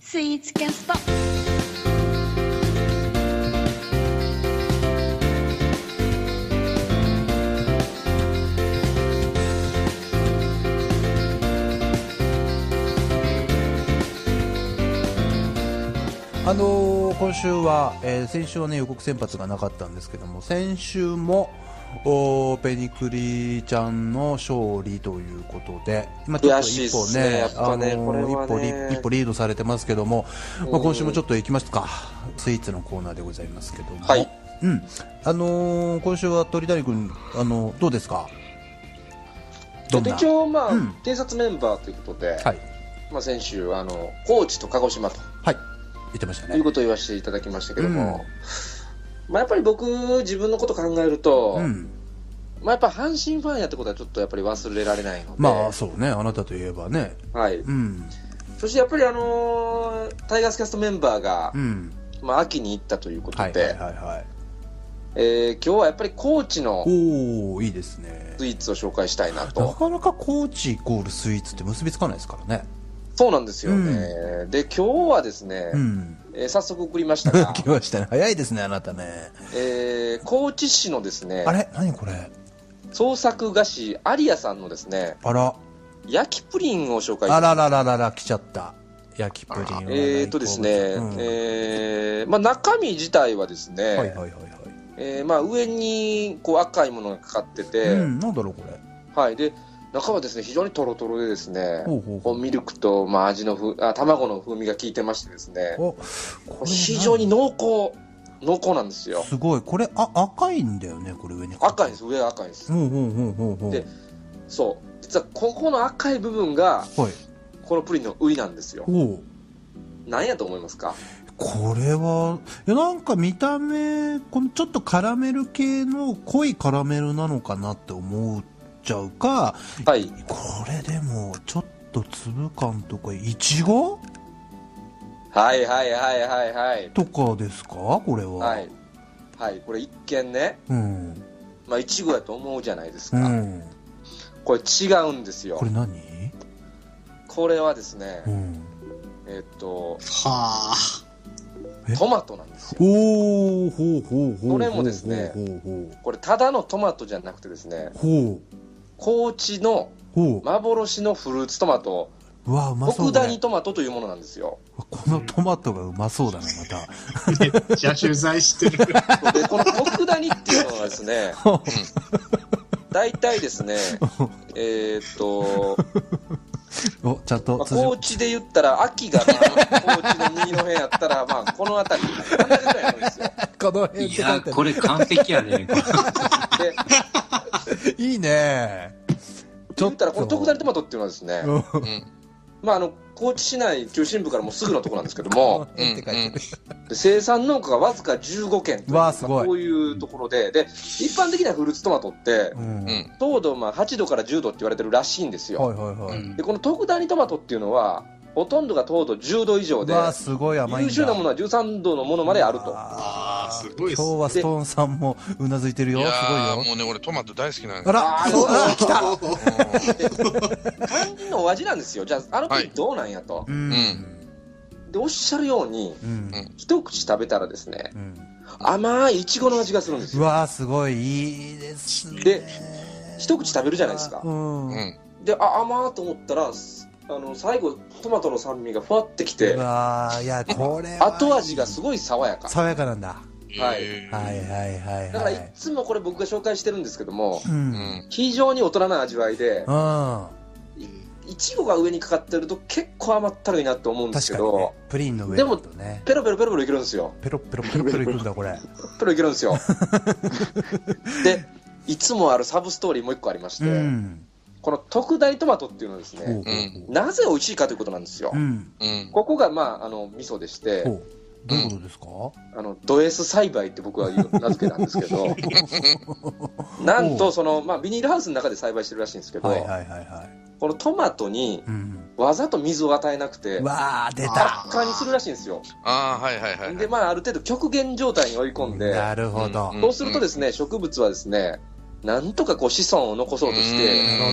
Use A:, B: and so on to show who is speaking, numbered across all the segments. A: スイーツキャスト
B: あのー今週は、えー先週はね予告先発がなかったんですけども先週もおーペニクリちゃんの勝利ということで今ちょっと一歩
C: 悔しいっすねや
B: ね
C: っ
B: あ
C: ぱ
B: の
C: ねこれ
B: ー一歩
C: はね
B: リ一歩リードされてますけども、まあ、
C: うん
B: 今週もちょっと行きますかスイーツのコーナーでございますけども、
C: はい
B: うんあのー今週は鳥谷君、あのーどうですかどんな
C: で一応、まあ
B: うん
C: 偵察メンバーということで、
B: はい、
C: まあ、先週あの、高知と鹿児島と
B: はい、言ってました
C: いう
B: ね。
C: ことを言わせていただきましたけども、まあ、やっぱり僕、自分のこと考えると、
B: うん、
C: まあ、やっぱ阪神ファンやってことはちょっとやっぱり忘れられないので、
B: まあそうねあなたといえばね
C: はい、
B: うん
C: そしてやっぱり、あのータイガースキャストメンバーが
B: う、ん
C: まあ、秋に行ったということ
B: はい
C: で、
B: はいはいはい
C: えー今日はやっぱり高知の
B: おおいいですね
C: スイーツを紹介したいな
B: な
C: と、
B: かなか高知イコールスイーツって結びつかないですからね
C: そうなんですよね、で今日はですね、
B: うん
C: えー早速送りましたが
B: 来、ましたね早いですねあなたね
C: えー高知市のですね
B: あれ何これ
C: 創作菓子アリアさんのですね
B: あら
C: 焼きプリンを紹介
B: あららららら来ちゃった焼きプリンは
C: えーとですね、
B: うん
C: えーまあ、中身自体はですね、
B: はいはいはいはい
C: えーまあ、上にこう赤いものがかかってて、
B: うんなんだろうこれ
C: はい、で中はですね非常にとろとろでですね
B: ほうほう
C: こう
B: ほう
C: ミルクと、まあ、味のふあ卵の風味が効いてましてですね
B: おこれ
C: 非常に濃厚濃厚なんですよ
B: すごいこれあ赤いんだよねこれ上に
C: 赤いです上は赤いです
B: ほうほうほうほうほう
C: でそう実はここの赤い部分が
B: はい
C: このプリンの売りなんですよ
B: おお
C: 何やと思いますか
B: これはいやなんか見た目このちょっとカラメル系の濃いカラメルなのかなって思っちゃうか
C: はい
B: これでもちょっと粒感とかいちご
C: はいはいはいはいはい
B: とかですかこれは、
C: はい、はい、これ一見ね、
B: うん
C: まあ、いちごやと思うじゃないです
B: う
C: か、
B: ん
C: これ違うんですよ
B: これ何
C: これはですね
B: うん
C: えっと
D: はあ。
B: え
C: トマトなんですよ
B: おおほうほうほう
C: これもですね
B: ほうほう
C: これただのトマトじゃなくてですね
B: ほう
C: 高知の
B: ほうほ
C: 幻のフルーツトマト
B: ううわうまそう
C: 奥
B: だ
C: 谷
B: ね
C: トマトというものなんですよ
B: このトマトがうまそうだねまた
D: めっちゃ取材して る。
C: でこの奥谷っていうのはで すね大体ですねえっと、
B: おちゃんと
C: まあ、
B: 辻
C: 高知で言ったら秋が、まあ、高知の右の辺やったら、まあ、この辺り真ん中ぐらいなんですよ
B: この辺って
E: い
B: 書いてあ
E: や、
B: る
E: これ完璧 やね。
C: で
B: いいね
C: 言ったら、この特大トマトっていうのはですね、
B: うん
F: うん
C: まあ、あの高知市内中心部からもうすぐのところなんですけども、
F: うんうん
C: で生産農家がわずか15軒という
B: わあすごい
C: まあこういうところでで、一般的なフルーツトマトって、
B: うん
F: う
B: はい
F: ん
C: 糖度まあ8度から10度って言われてるらしいんですよ。
B: はいは
F: う
B: い
F: ん
C: で、この特大トマトっていうのは、ほとんどが糖度10度以上で、
B: わあすごい甘いん
C: 優
B: だ
C: 秀なものは13度のものまであると。
B: あ
D: あーすごいっすね
B: 今日はストーンさんもうなずいてるよ
F: い
B: す
F: や
B: ごい
F: ー
B: よ
F: もうね俺トマト大好きなん
B: あ
F: で
B: ら
C: あー
B: そうあー来た
C: 肝心のお味なんですよ。じゃあ、あの
F: は
C: 時
F: い
C: どうなんやと。
B: うん
C: で、おっしゃるように、
B: うん
C: 一口食べたらですね、
B: うん
C: 甘いイチゴの味がするんです
B: う
C: よ。
B: わあすごいいいですね
C: で一口食べるじゃないですか
B: う。ん
F: う
B: うん
F: うんん
C: で、あ、甘ーと思ったら、すあの、最後、トマトの酸味がふわってきて
B: う、わあいやこれは
C: 後味がすごい爽やか。
B: 爽やかなんだ
C: はい
F: えー
B: はいはいはい
C: だから、
B: はいい
C: つもこれ僕が紹介してるんですけども、
B: う
F: うん
B: うん
F: ん
C: 非常に大人な味わいで、いちごが上にかかってると結構甘ったるいなと思うんです
B: 確
C: け
B: かに
C: ど
B: ね、プリンの上
C: でも
B: だとね
C: ペロペロペロペロいけるんですよ。
B: ペロペロペロペロいくんだこれ
C: ペロいけるんで すよ。で、いつもあるサブストーリーもう一個ありまし
B: う
C: て、
B: ん
C: この特大トマトっていうのはです
B: ほうほう
C: ね、
B: ほう
C: なぜ美味しいかということなんですよ。
B: うん
F: うん
C: ここが、まあ、あの、味噌でして、
B: ほうどういうことですか、
C: あのド S 栽培って僕は言う名付けたんですけど なんとその、まあ、ビニールハウスの中で栽培してるらしいんですけど、
B: はいはいはいはい。
C: このトマトに
B: うん。
C: わざと水を与えなくて
B: わあ出た。
D: あ
C: 発火にするらしいんですよ
F: ああはいはいはいはい
C: でまあある程度極限状態に追い込んで
B: なるほど。
C: そうするとですね植物はですねなんとかこう子孫を残そうとして
B: なるほ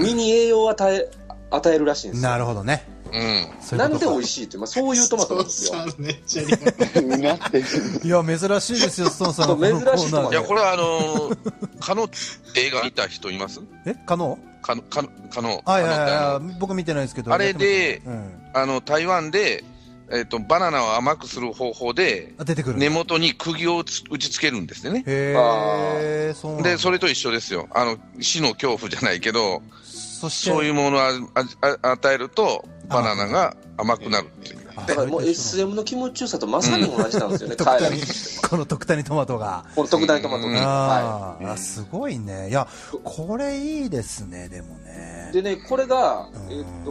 B: ど
C: 実に栄養を与え与えるらしいんですよ
B: なるほどね。
F: うん。
B: そうい
C: な
B: うこ
C: んで
B: と
C: 美
B: か
C: 味しいって、まあ、そういうトマトなんですよ。
D: そうそうめっちゃリアル
A: うなってる。
B: いや珍しいですよストーンさん
C: そう
B: このコーナー
C: 珍しいと思う
F: いや、これはあのー、カノって映画見た人います
B: え可能
F: カノ、カノ、カノ。
B: はいはいはい
F: カノってあの
B: はい僕見てないですけど
F: あれで
B: やってますね
F: あの、台湾で、えっと、バナナを甘くする方法で
B: うん、あ出てくる
F: 根元に釘をつ打ち付けるんですね。
B: へえそうなんだ
F: で、それと一緒ですよ。あの、死の恐怖じゃないけど、
B: そして
F: そういうものをあああ与えると、バナナが甘くなるっていう。
B: あ
C: だからもう
B: それと一緒
C: SM の気持ちよさとまさに同じなんですよ ね、
B: 特
C: 海
B: 大
C: 外
B: この特谷トマトが
C: この特大トマト
F: うん
C: に。は
B: あーあすごいねいやこれいいですねでもね
C: い。でね、これが
B: うん、
C: えっと、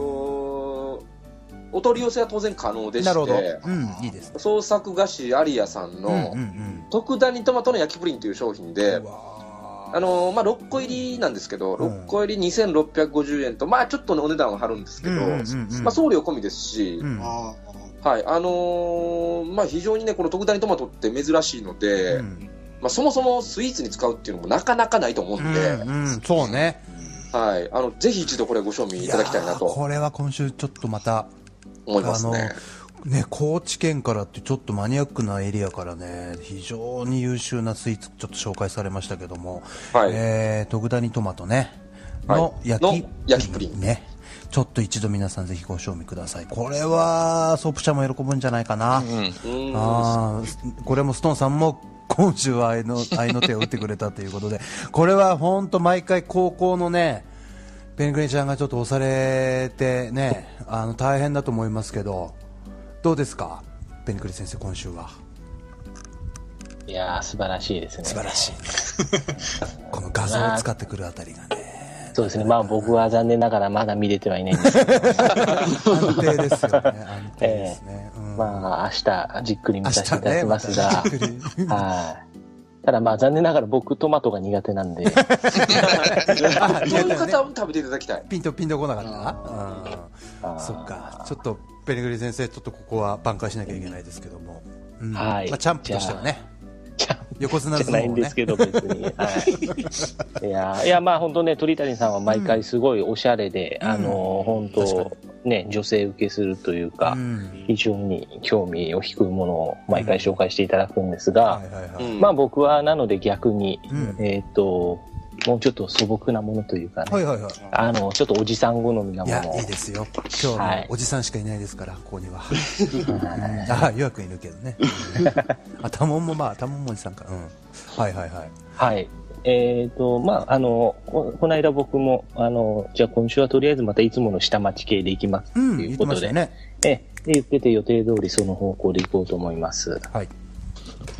C: お取り寄せは当然可能で
B: なるほど
C: して、
B: うんいいですね
C: 創作菓子アリアさん
B: うん
C: の
B: うんうん
C: 特ダニトマトの焼きプリンという商品で
B: う、わー
C: あのーまあ、6個入りなんですけど、
B: うん
C: 6個入り2650円と、まあ、ちょっとねお値段は張るんですけど、
B: うんうんうんうん
C: まあ、送料込みですし、
B: うん
D: あ
C: はい、あのーまあ、非常にね、この特大トマトって珍しいので、
B: うん
C: まあ、そもそもスイーツに使うっていうのもなかなかないと思う
B: うん
C: で、
B: んうんそうね
C: はい、あの、ぜひ一度これはご賞味いただきたいな
B: やー
C: と
B: これは今週ちょっとまた
C: 思いますね。
B: ね、高知県からってちょっとマニアックなエリアからね、非常に優秀なスイーツちょっと紹介されましたけども、
C: はい
B: えー、トグダニトマトね、
C: はい
B: の焼き
C: の焼きプリン
B: ね。ちょっと一度皆さんぜひご賞味ください。これは、ソープ社も喜ぶんじゃないかな。
F: うん。
C: うん
B: あーこれもストーンさんも今週は愛の愛の手を打ってくれたということで、これは本当毎回高校のね、ペングリンちゃんがちょっと押されてね、あの大変だと思いますけど、どうですかペングリン先生今週は。
A: いやー、素晴らしいですね。
B: 素晴らしい。 この画像を使ってくるあたりがね、
A: そうですね。まあ僕は残念ながらまだ見れてはいないん ですけど、
B: 安定ですよね。安定ですね。うん
A: まあ明日じっくり見
B: 明
A: させてい
B: 日
A: ただ
B: ね、
A: き
B: ま
A: ます
B: た
A: が、
B: ゆっくり。
A: はい。ただまあ残念ながら僕トマトが苦手な んで、
B: あ
C: そういう方も食べていただきたい。
B: ピンとピンとこなかったうん
A: あー
B: そっか、ちょっとペレグリ先生、ちょっとここは挽回しなきゃいけないですけども、うん
A: はい
B: まあ、チャンプとしてはね、
A: じゃ
B: 横綱
A: じゃ
B: 相
A: な
B: 撲
A: いん
B: を
A: で
B: ね
A: す、けど別に。はい。いやーいやまあ本当ね鳥谷さんは毎回すごいおしゃれで、
B: うん
A: あのー本当ね女性受けするというか。
B: うん
A: 非常に興味を引くものを毎回紹介していただくんですが、
B: はいはいは
C: う
B: い
C: ん
A: まあ僕はなので逆に、
B: うん
A: えっ、と、もうちょっと素朴なものというかね、
B: はいはいはい
A: あの、ちょっとおじさん好みないも
B: や
A: のを、
B: いいですよ、今日はも
A: は
B: う
A: い
B: おじさんしかいないですから、ここには。うんああ、予約いるけどね。あ、たもんもまあ、たもんもおじさんか。うん。はいはいはい。
A: はい。えっ、と、まあ、あの、ここの間僕も、あの、じゃあ今週はとりあえずまたいつもの下町系で行きますって
B: うん、
A: い
B: 言
A: う
B: って
A: こ
B: ま
A: と
B: した
A: で、
B: よね。
A: ええで言ってて予定通りその方向で行こうと思います。
B: はい。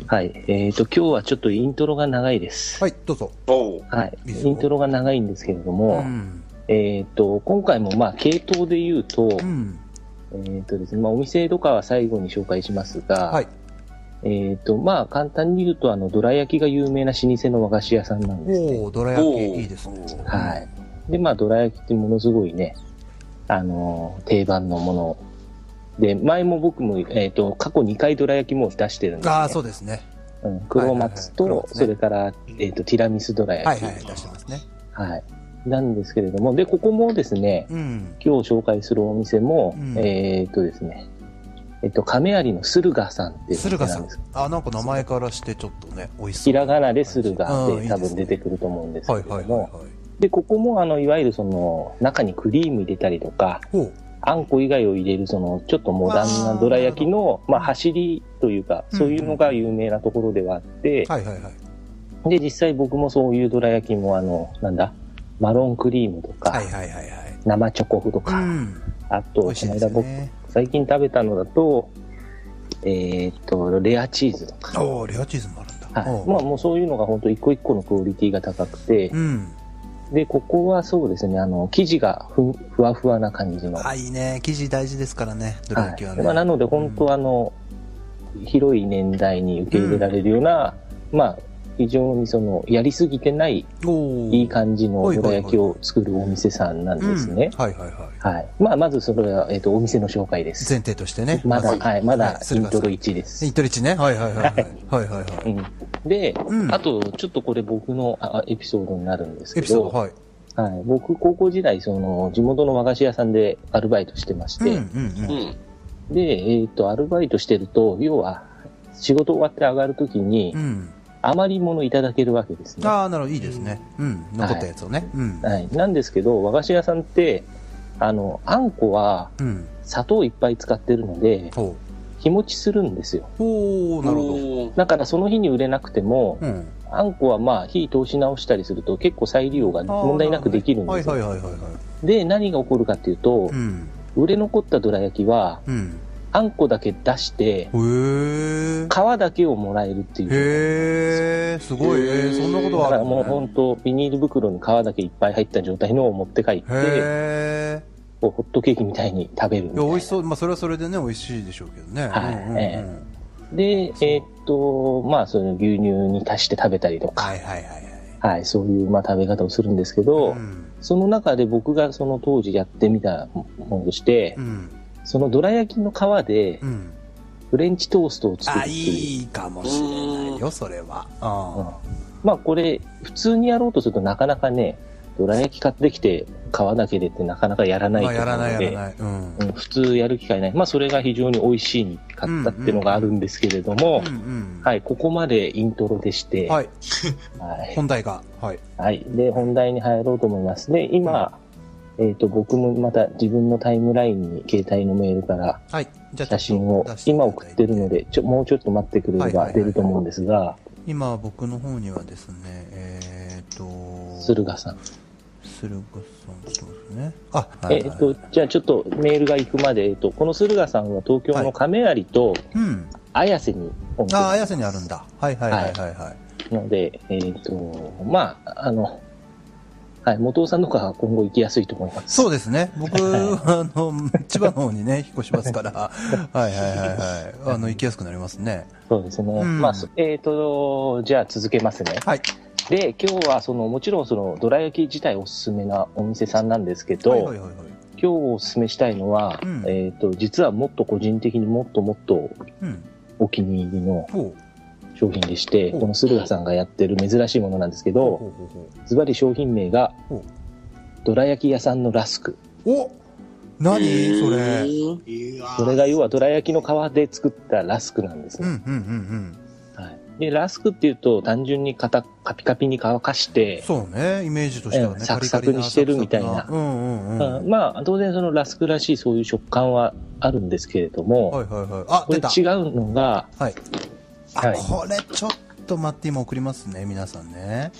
A: はい。えっ、と、今日はちょっとイントロが長いです。
B: はい、どうぞ。
C: おう
A: はい。
B: いいです
A: イ
B: よ
A: ントロが長いんですけれど
B: う
A: も、
B: ん。
A: えっ、と、今回もまあ、系統で言うと、
B: うん。
A: えっ、とですね、まあ、お店とかは最後に紹介しますが、
B: はい。
A: えっ、と、まあ、簡単に言うと、あの、どら焼きが有名な老舗の和菓子屋さんなんですね。
B: おおどら焼
C: お
B: き、
C: ー
B: いいですね。
A: はい。で、まあ、どら焼きってものすごいね、あのー、定番のもの。で、前も僕も、えっ、と、過去2回どら焼きも出してるんです、ね。
B: ああ、そうですね。
A: うん。
B: はいは
A: 黒松
B: いはい黒
A: と、
B: 松ね
A: それから、えっ、と、ティラミスどら
B: は
A: 焼
B: い
A: き。
B: はい、
A: はい、
B: 出してますね。
A: なんですけれども、で、ここもですね、
B: うん。
A: 今日紹介するお店も、
B: うん
A: えーっとですね、えっと、亀有の駿河さんっていうお
B: 駿
A: 店
B: 河
A: な
B: さ
A: ん
B: ん
A: です。。
B: あ、なんか名前からしてちょっとね、美味しそう。
A: ひらがなで駿河
B: う
A: っ
B: んい
A: て
B: いで
A: 多
B: すね
A: 分出てくると思うんですけ
B: は
A: れ
B: い
A: ど
B: はいはい
A: も、
B: はい。
A: で、ここもあの、いわゆるその、中にクリーム入れたりとか、
B: ほう。
A: あんこ以外を入れるその、ちょっとモダンなどら焼きの、まあ、走りというか、
B: うん
A: そういうのが有名なところではあって、
B: はいはいはい。
A: で、実際僕もそういうどら焼きもあの、なんだ、マロンクリームとか、
B: はいはいはいはい。
A: 生チョコフとか、
B: うん。
A: あ
B: 美
A: と、
B: 味し
A: こ
B: いで
A: の
B: す
A: 間
B: よ
A: 僕
B: ね。
A: 最近食べたのだと、えーっと、レアチーズとか。
B: おおレアチーズもあるんだ。
A: はい、
B: おう
A: まあもうそういうのが本当一個一個のクオリティが高くて、
B: うん。
A: で、ここはそうですね、あの、生地がふふわふわな感じの。
B: あ、いいね。生地大事ですからね。どら
A: は
B: 焼きはいね。
A: まあ、なので本当あの、広い年代に受け入れられるような、まあ非常にその、やりすぎてない、
B: お
A: いい感じの
B: おいおい
A: どら焼きを作るお店さんなん
B: じ
A: ですね。
B: はいはいはい。
A: はい。まあまずそれは、えっ、と、お店の紹介です。
B: 前提としてね。
A: まだ、
B: は
A: はい、まだイ
B: 駿
A: ン
B: 河さ
A: ト
B: ん
A: ロ1です
B: い。イ。ントリチね。はいはいはいはい。はいはいは
A: う
B: い。
A: ん、で、
B: うん
A: あと、ちょっとこれ僕のあエピソードになるんですけ
B: エピソー
A: ど、
B: ド、はい。
A: はい、僕、高校時代、その、地元の和菓子屋さんでアルバイトしてまし
B: うん
A: て、
B: うん
C: う
B: うん。
C: ん。
A: で、えっ、と、アルバイトしてると、要は、仕事終わって上がるときに、
B: うん。
A: 余り物いただけるわけですね。は
B: ああ、なるほど、いいですね。うん。残ったやつをね。うん。
A: い。なんですけど、和菓子屋さんって、あの、あんこは
B: うん。
A: 砂糖いっぱい使ってるので、
B: ほ
A: 日持ちするんですよ。
B: う。ほう、なるほど。
C: ほ
A: だからその日に売れなくても、
B: うん。
A: あんこはまあ火通し直したりすると結構再利用が
B: あー
A: 問題なくできるん
B: は
A: で
B: い
A: すよ。
B: はいはいはいはい。
A: で、何が起こるかっていうと
B: う、ん。
A: 売れ残ったどら焼きは、
B: うん。
A: あんこだけ出して、
B: へえ。
A: 皮だけをもらえるっていう。
B: へえ、すごい。え
C: へー
B: ー、そんなこと
A: だ
B: はあ
A: から
B: る
A: もう
B: の
A: 本
B: ね。
A: 当ビニール袋に皮だけいっぱい入った状態のを持って帰って、
B: へえ。
A: こうホットケーキみたいに食べるみ
B: い
A: た
B: や、
A: い
B: 美
A: な
B: 味しそう。まあ、それはそれでね、美味しいでしょうけどね。
A: はい
B: うんうんうん
A: えで、えーっと、まあ、その牛乳に足して食べたりとか、
B: はいはいはいはい。
A: はい、そういう、まあ、食べ方をするんですけど、
B: ん。
A: その中で僕がその当時やってみたものとして
B: う、ん。
A: そのどら焼きの皮で
B: うん。
A: フレンチトーストを作るっ
B: あ、
A: ていう。
B: いいかもしれないよ、それは。
A: うん
B: あ
A: まあ、これ、普通にやろうとするとなかなかね、どら焼き買ってきて皮だけでってなかなかやら
B: あ。
A: ない
B: まあ、
A: と思う
B: やらない
A: の
B: や
A: で、
B: らない。うん。
A: うん普通やる機会ない。まあ、それが非常に美味しいかったっていうのがあるんですけれども、
B: うんうん。
A: はい、ここまでイントロでして、
B: はい。
A: はい
B: 本題が。はい。
A: はい。で、本題に入ろうと思います。で、今、えっ、と、僕もまた自分のタイムラインに携帯のメールから
B: はい。じゃあ、
A: 写真を今送ってるの。で、ちょ、もうちょっと待ってくれれ
B: はいはいは
A: ば
B: い
A: 出ると思うんですが、
B: 今、僕の方にはですね、えーっと、
A: 駿河さん。
B: 駿河さん、そうですね。あ、
A: えっ、と、じゃあちょっとメールが行くまで、えっ、と、この駿河さんは東京の亀有と
B: うん。
A: 綾瀬に本
B: ああ、
A: 店
B: 綾瀬にあるんだ。はいはいはいはいはい。
A: ので、えっ、と、まあ、あの、はい、元尾さんの方が今後行きやすいと思います。
B: そうですね。 僕、あの、千葉の方にね、引っ越しますから、はいはいはいはい。あの、行きやすくなりますね。
A: そうですね。
B: うん
A: まあ、そえっ、と、じゃあ続けますね。
B: はい。
A: で、今日はその、もちろんその、どら焼き自体おすすめなお店さんなんですけど、
B: はいはいはいはい。
A: 今日おすすめしたいのは、
B: うん
A: えっ、と、実はもっと個人的にもっともっと
B: うん。
A: お気に入りの
B: ほう。
A: 商品でして、
B: ほう
A: この駿河さんがやってる珍しいものなんですけ
B: ほう
A: ど、
B: ほうほうほ
A: ズバリ商品名が
B: ほう、
A: どら焼き屋さんのラスク。
B: う。お何それ。うん
D: うわー
A: それが要はどら焼きの皮で作ったラスクなんです
B: うん
A: ね。
B: うんうん。
A: はい、で、ラスクっていうと単純に固カピカピに乾かして、
B: そうね、イメージとしてはね、
A: ええサクサクにしてるみたいな
B: カリカリうんうんうん。
A: あまあ、当然そのラスクらしいそういう食感はあるんですけれども、
B: はいはいはい。あ、
A: これ
B: 出た。
A: 違うのが、
B: はい。あ、
A: はい
B: これちょっと待って、今送りますね、皆さんね。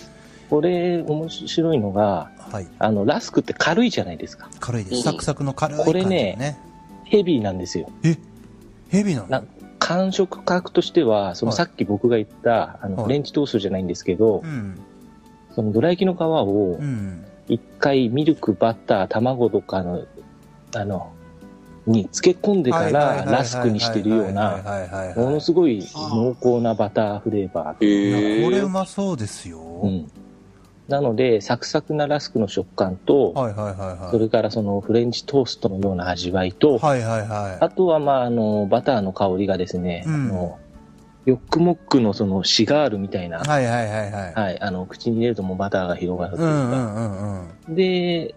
A: これ面白いのが、
B: はい。
A: あの、ラスクって軽いじゃないですか。
B: 軽いで
C: う
B: す。
C: ん
B: サクサクの軽い感
A: こ
B: じ
A: れ
B: の
A: ね
B: ね。
A: ヘビーなんですよ。
B: え、ヘビなの
A: な感触価格としては、その
B: はい
A: さっき僕が言った、あの、
B: はい
A: フレンチトーストじゃないんですけど
B: う、ん。
A: そのドラ焼きの皮を
B: う、ん。
A: 一回ミルク、バター、卵とかの、あの、に漬け込んでからラスクにしてるよう
B: はい
A: な、
B: はいはいはいはいはいはいはい
A: ものすごい濃厚なバターフレーバー。
B: いやこ
C: え
B: れ
C: え
B: う。まそうですよ。
A: うん。なので、サクサクなラスクの食感と、
B: はいはいはい
A: そ
B: はい。
A: れからそのフレンチトーストのような味わいと、
B: はいはいは
A: あとは、まあ、あの、バターの香りがですね、
B: うん
A: あの、ヨックモックのそのシガールみたいな、
B: い。はいはいはいはい。
A: はい、あの、口に入れるともうバターが広がると
B: う
A: いうん
B: う
A: か、
B: んうんうん。
A: で、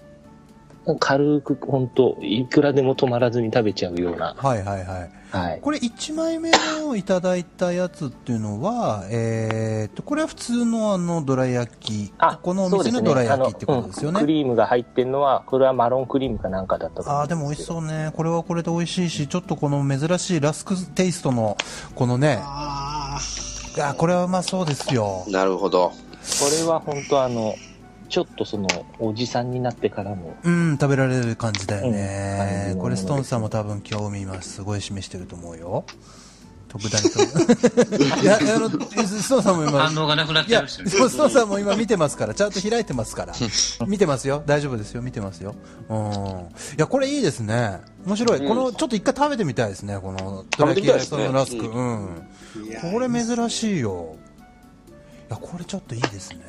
A: 軽く、ほんと、いくらでも止まらずに食べちゃうような、
B: はいはいはい。
A: はい。
B: これ1枚目のいただいたやつっていうのは、えーっと、これは普通のあの、どら焼き。ここのお
A: そう
B: 店
A: で
B: の
A: すね
B: どら焼きってことですよ
A: あのうんク
B: ね。
A: リームが入ってるのは、これはマロンクリームかなんかだったと思
B: ああー、でも美味し
A: う
B: そうね。これはこれで美味しいし、ちょっとこの珍しいラスクテイストの、このね、あ
D: あ
B: ーこれはうまそうですよ。
C: なるほど。
A: ですけど。これは本当あの、ちょっとその、おじさんになってからの、
B: うん、食べられる感じだよね。
A: うん
B: これ、ストーンさんも多分興味ます。すごい示してると思うよ。特段と。いや、あの、ストーンさんも今、
E: 反応がなくなっ
B: い
E: ちゃい
B: や、
E: ま
B: ス
E: し
B: ト
E: たね。
B: ーンさんも今見てますから、ちゃんと開いてますから。見てますよ。大丈夫ですよ。見てますよ。うん。いや、これいいですね。面白い。
C: うん
B: この、ちょっと一回食べてみたいですね。この、ド
C: 食
B: ラ
C: べて
B: キ
C: み
B: ュラ
C: たいです
B: さん
C: ね
B: のラスク。
C: う
B: うん。
D: ーいや
B: これ珍しいよ。いや、これちょっといいですね。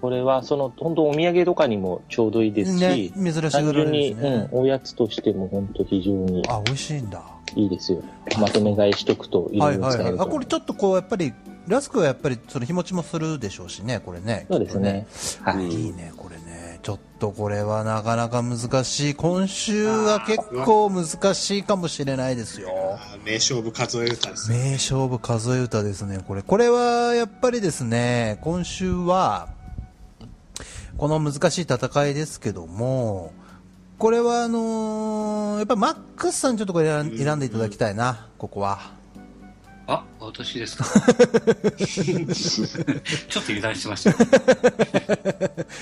A: これはその、本当お土産とかにもちょうどいいですし、
B: ね、珍しい
A: 単
B: ぐら
A: 純
B: いで
A: に、
B: す
A: うん
B: ね、。
A: おやつとしても本当非常に
B: あ、美味しいんだ。
A: いいですよ。まとめ買いしとくとい
B: は
A: ろい
B: い
A: ろ
B: はい
A: 使
B: は
A: え
B: い
A: る。と
B: あこ
A: 思う
B: れちょっとこうやっぱりラスクはやっぱりその日持ちもするでしょうしね、これね。
A: そうですね。
B: きっと
A: は
B: ね。
A: い。
B: いいね、これね。ちょっとこれはなかなか難しい。今週は結構難しいかもしれないですよ。
D: あー名勝負数え歌ですね。
B: 名勝負数え歌ですね、これ。これはやっぱりですね、今週は、この難しい戦いですけども、これはあのーやっぱマックスさんちょっとこれ選ん選んでいただきたいな、ここは。
E: あ、私ですか。 ちょっと油断してましたね。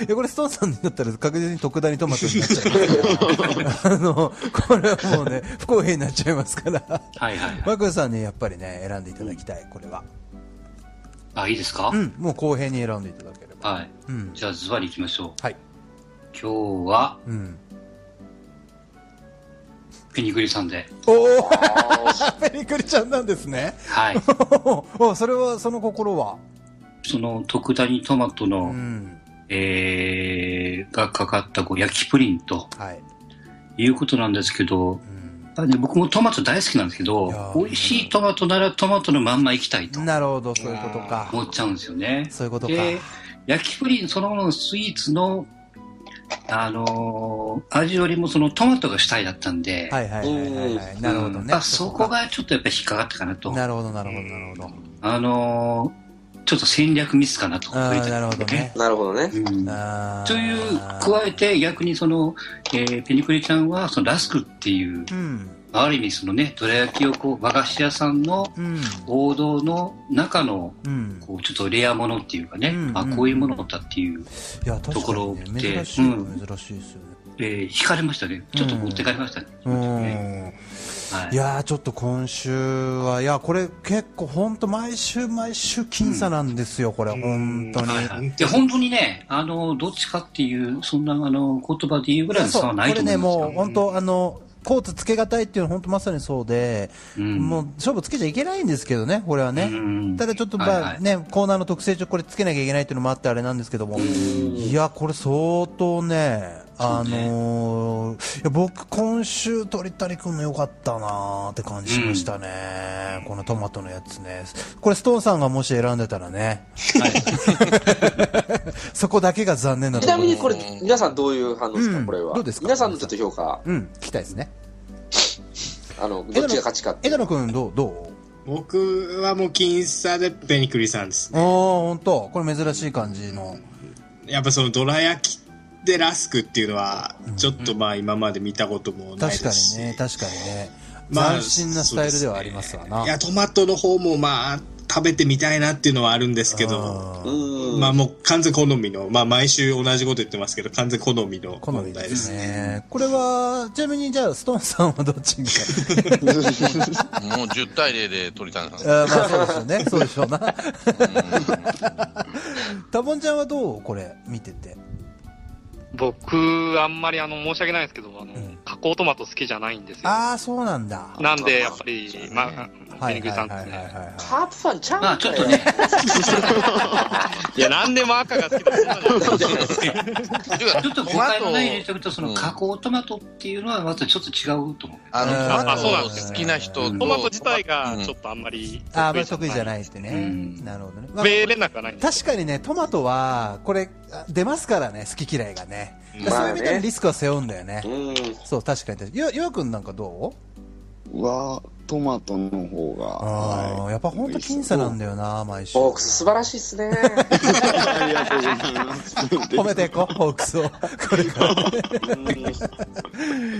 B: いや、これストーンさんになったら確実に特大にトマトになっち ゃいますから。あの、これはもうね、不公平になっちゃいますから。
E: はいはい。
B: マックスさんにやっぱりね、選んでいただきたい、これは。
E: あ、いいですか、
B: うん、もう公平に選んでいただければ。
E: はい。
B: うん。
E: じゃあズバリ行きましょう。
B: はい。
E: 今日は
B: うん。
E: ペニクリさんで。
B: おお
C: あ
B: ペリクリちゃんなんですね。
E: はい。
B: おそれは、その心は。
E: その特ダニトマトの、
B: うん。
E: えー、がかかったこう焼きプリンと
B: はい。
E: いうことなんですけ
B: う、ん、
E: どやっぱりね僕もトマト大好きなんですけ
B: いや
E: ど、
B: ー
E: 美味しいトマトならトマトのまんま行きたいと
B: なるほど、そういうことか。
E: 思っちゃうんですよね。
B: そういうことか。
E: で、焼きプリンそのもののスイーツの、あのー味よりもそのトマトが主体だったんで、
B: はいはいはいはい、は
C: う
B: い。
C: ん
B: なるほど
E: うん
B: ね。
E: まあそこがちょっとやっぱり引っかかったかなと。
B: なるほど、なるほど、なるほど。
E: あのーちょっと戦略ミスかなと。
B: ああ、なるほどね。
C: ーなるほどね。
E: うん
B: あー
E: という、加えて逆にその、えーペニクリちゃんはそのラスクっていう、
B: うん、
E: ある意味そのね、どら焼きをこう和菓子屋さんの
B: うん、
E: 王道の中の
B: うん。
E: こうちょっとレアものっていうかね、
B: うん
E: あこういうものだったっていう、
B: いや、確
E: とこ
B: か
E: ろ
B: に、
E: で
B: ね、珍しい、
E: うん
B: 珍しいですよね。
E: えー惹かれましたね。ちょっと持ってかれましたね。
B: うん。
E: はい
B: いやーちょっと今週は、いや、これ結構本当毎週毎週僅差なんですよ、これ、本当に。
E: はいはい、で本当にね、あのどっちかっていう、そんなあの言葉で言うぐらいの
B: そう
E: 差はない
B: ことれね、
E: 思います
B: もう
E: よ。
B: 本当、あの、コートつけがたいっていうのは本当まさにそうで、
E: うん
B: もう勝負つけちゃいけないんですけどね、これはね。
E: うん
B: ただちょっとまあ、
E: はいはい
B: ね、コーナーの特性上これつけなきゃいけないっていうのもあってあれなんですけども、いや、これ相当ね、あのーいや僕今週鳥谷くんの良かったなーって感じしましたね、このトマトのやつね。これストーンさんがもし選んでたらね、 そこだけが残念な
C: ち
B: とこ
C: な
B: ろ
C: みにこれ、皆さんどういう反応です
B: うん
C: か、これは。
B: どうですか
C: 皆さんのちょっと評価、
B: うん、聞きたいですね。
C: あの、どっちが勝ちかってい
B: 枝
C: う。
B: 野くんどうどう
D: 僕はもう僅差でペニクリさんです。
B: ああ、ほんと。これ珍しい感じの。
D: やっぱそのどら焼きでラスクっていうのは、ちょっとまあ今まで見たこともないで
B: 確か
D: すし。
B: にね、確かにね。
D: まあ
B: 斬新なスタイルではありますわな。
D: いや、トマトの方もまあ、食べてみたいなっていうのはあるんですけど、
B: あ
C: う
B: ー
C: ん。
D: まあもう完全好みの、まあ毎週同じこと言ってますけど、完全好みの
B: 好み
D: 問
B: で
D: 題ですす。
B: ね。これは、ちなみにじゃあ、ストーンさんはどっちが
F: もう10対0で鳥谷さん。
B: あーまあそうですよね。そうでしょうな。タボンちゃんはどうこれ、見てて。
G: 僕、あんまりあの、申し訳ないんですけど、あの
B: ん、
G: 加工トマト好きじゃないんですよ。
B: ああ、そうなんだ。
G: なんで、やっぱり、まあ、
B: は
G: ペ
B: いはい
G: ニクリ
B: は
G: さ
B: い
G: ん
B: は
G: で
B: い
G: す
B: はい
G: ね。
B: はい。
C: カープファンちゃうん
E: まあちょっとね、
G: いや、なんでも赤が好きだった んじゃない
F: ていうか
E: ちょっと誤解のないようにして
F: ト
E: おくと、そ
F: うん
E: の加工トマトっていうのはまたちょっと違うと思う。
F: マトあ
B: あ
F: の、
G: あそう
F: トマ
G: なんで
F: ト
G: す
F: 好
G: ね
F: きな人と
G: トマト自体が
F: うん
G: ちょっとあんまり
B: ああ、まあ得意じゃないって
E: う
B: ね。
E: ん
B: なるほどね。まあ
G: 食べれなくはないんです
B: 確かにね、トマトは、これ、あ出ますからね、好き嫌いがね。だからそう
C: まあ
B: いう意
C: ね
B: 味ではリスクは背負うんだよね。
C: うん。
B: そう、確かに確かに。ゆゆわくんなんかどう
H: はトマトの方が、
B: ああ、やっぱほんと僅差なんだよな、毎週。
C: ボークス素晴らしいっすね。
H: ありがとうございます。
B: 褒めていこう、ホークスを。これからね。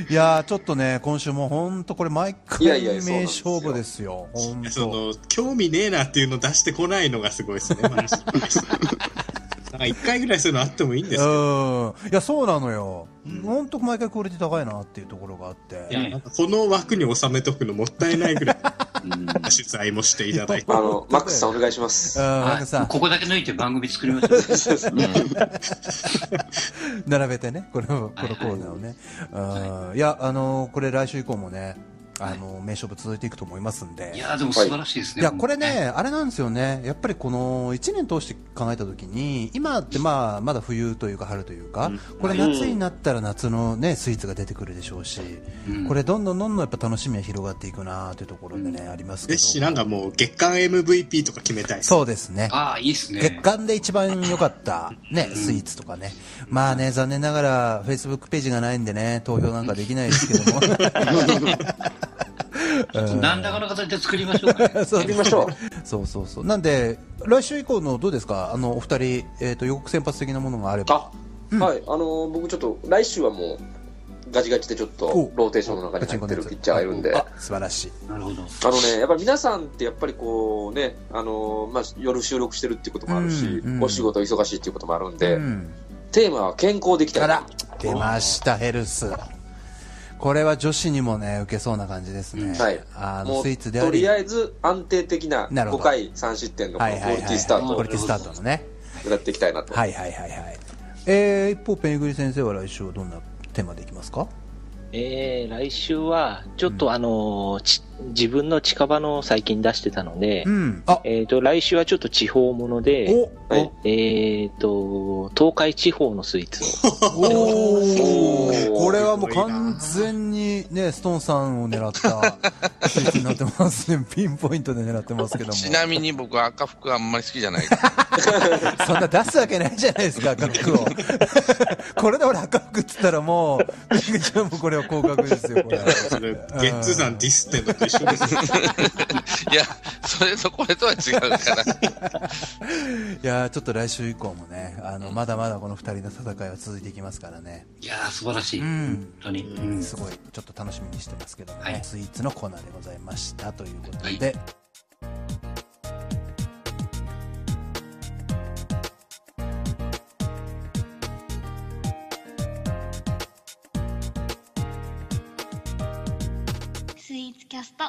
B: いやー、ちょっとね、今週も本当これ毎回
C: いやいやそうなん
B: 名
C: ですよ
B: 勝負ですよ。本
D: そ
B: 当。
D: の、興味ねえなっていうの出してこないのがすごいです ね、マジでなんか一回ぐらいそういうのあってもいいんですけど、
B: うん。いや、そうなのよ。
D: うん
B: ほんと毎回クオリティ高いなっていうところがあっ
D: い
B: て。
D: や、なんかこの枠に収めとくのもったいないぐらい、
E: うん
D: 取材もしていた だいて
C: あ。の、マックスさんお願いします
B: うん、。 なん
E: は
B: か
E: い
B: さ、
E: ここだけ抜いて番組作り ました。
B: 並べてね、この、このコーナーをね。うんいや、あのーこれ来週以降もね、あの、名勝負続いていくと思いますんで。
E: いやーでも素晴らしいです
B: い
E: ね。
B: や、これ
E: 本
B: ね、あれなんですよね。やっぱりこの1年通して考えたときに、今ってまあ、まだ冬というか春というか、これ夏になったら夏のね、スイーツが出てくるでしょうし、
E: 当ね、
B: これどんどんどんどんやっぱ楽しみは広がっていくなというところでね、ありますけ
D: で
B: ど。
D: し、なんかもう月間 MVP とか決めたいです。
B: そうですね
E: うん。ああ、いいですね。
B: 月間で一番良かった、ね、スイーツとかね。まあね、残念ながら、Facebook ページがないんでね、投票なんかできないですけども。
E: 何らかの形で作りましょうか ね。
B: そう
C: やりましょう。
B: そうそうそう。なんで、来週以降のどうですかあの、お二人、えっ、と、予告先発的なものがあれば。
C: あ、はい、あのー僕ちょっと、来週はもう、ガチガチでちょっと
B: お、
C: ローテーションの中に入ってるピッチャーがいるんで、
B: あ
C: あ
B: 素晴らしい。
E: なるほど。
C: のね、やっぱり皆さんってやっぱりこうね、あのーまあ、夜収録してるっていうこともあるし、
B: うんうん
C: お仕事忙しいっていうこともあるんで、
B: うん。
C: テーマは健康できた
B: あ
C: い
B: ら、出ました、ヘルス。これは女子にもね、受けそうな感じですね。
C: はい
B: あ
C: も
B: の、
C: う
B: スイーツであ
C: と
B: り。
C: り
B: は
C: あ
B: い
C: えず安定的な
B: なるほ
C: 5
B: ど
C: 回3失点のこ
B: は
C: の
B: い
C: ク
B: は
C: オ
B: い。
C: リティスタート
E: はい
B: クオ
C: を
B: リティスタートのね。
C: やっていきたいなと。
B: はいはいはいはい。えー、一方、ペングリ先生は来週はどんなテーマでいきますか
A: えー、来週は、ちょっ
B: う
A: とあのーち自分の近場のを最近出してたので、
B: うん。あ、
A: えっ、と、来週はちょっと地方もので、
B: お、
C: はい
A: えっ、と、東海地方のスイーツを。
B: おー
C: おー
B: これはもう完全にね、ストーンさんを狙ったスイーツになってますね。ピンポイントで狙ってますけども。
F: ちなみに僕は赤服あんまり好きじゃ ないから。
B: そんな出すわけないじゃないですか、赤服を。これで俺赤服っつったらもう、じゃあもうこれは降格ですよ、これ。
D: それゲッツーさんディスってんのと一緒ですよ。
F: いや、それとこれとは違うか
B: い
F: ら。
B: やーちょっと来週以降もね、あの、まだまだこの二人の戦いは続いていきますからね。
E: いやー素晴らしい。
B: う
E: 本
B: ん。
E: 当に。うん
B: すごい、ちょっと楽しみにしてますけどもね、
E: はい
B: スイーツのコーナーでございましたということで、
E: は
I: スイーツキャスト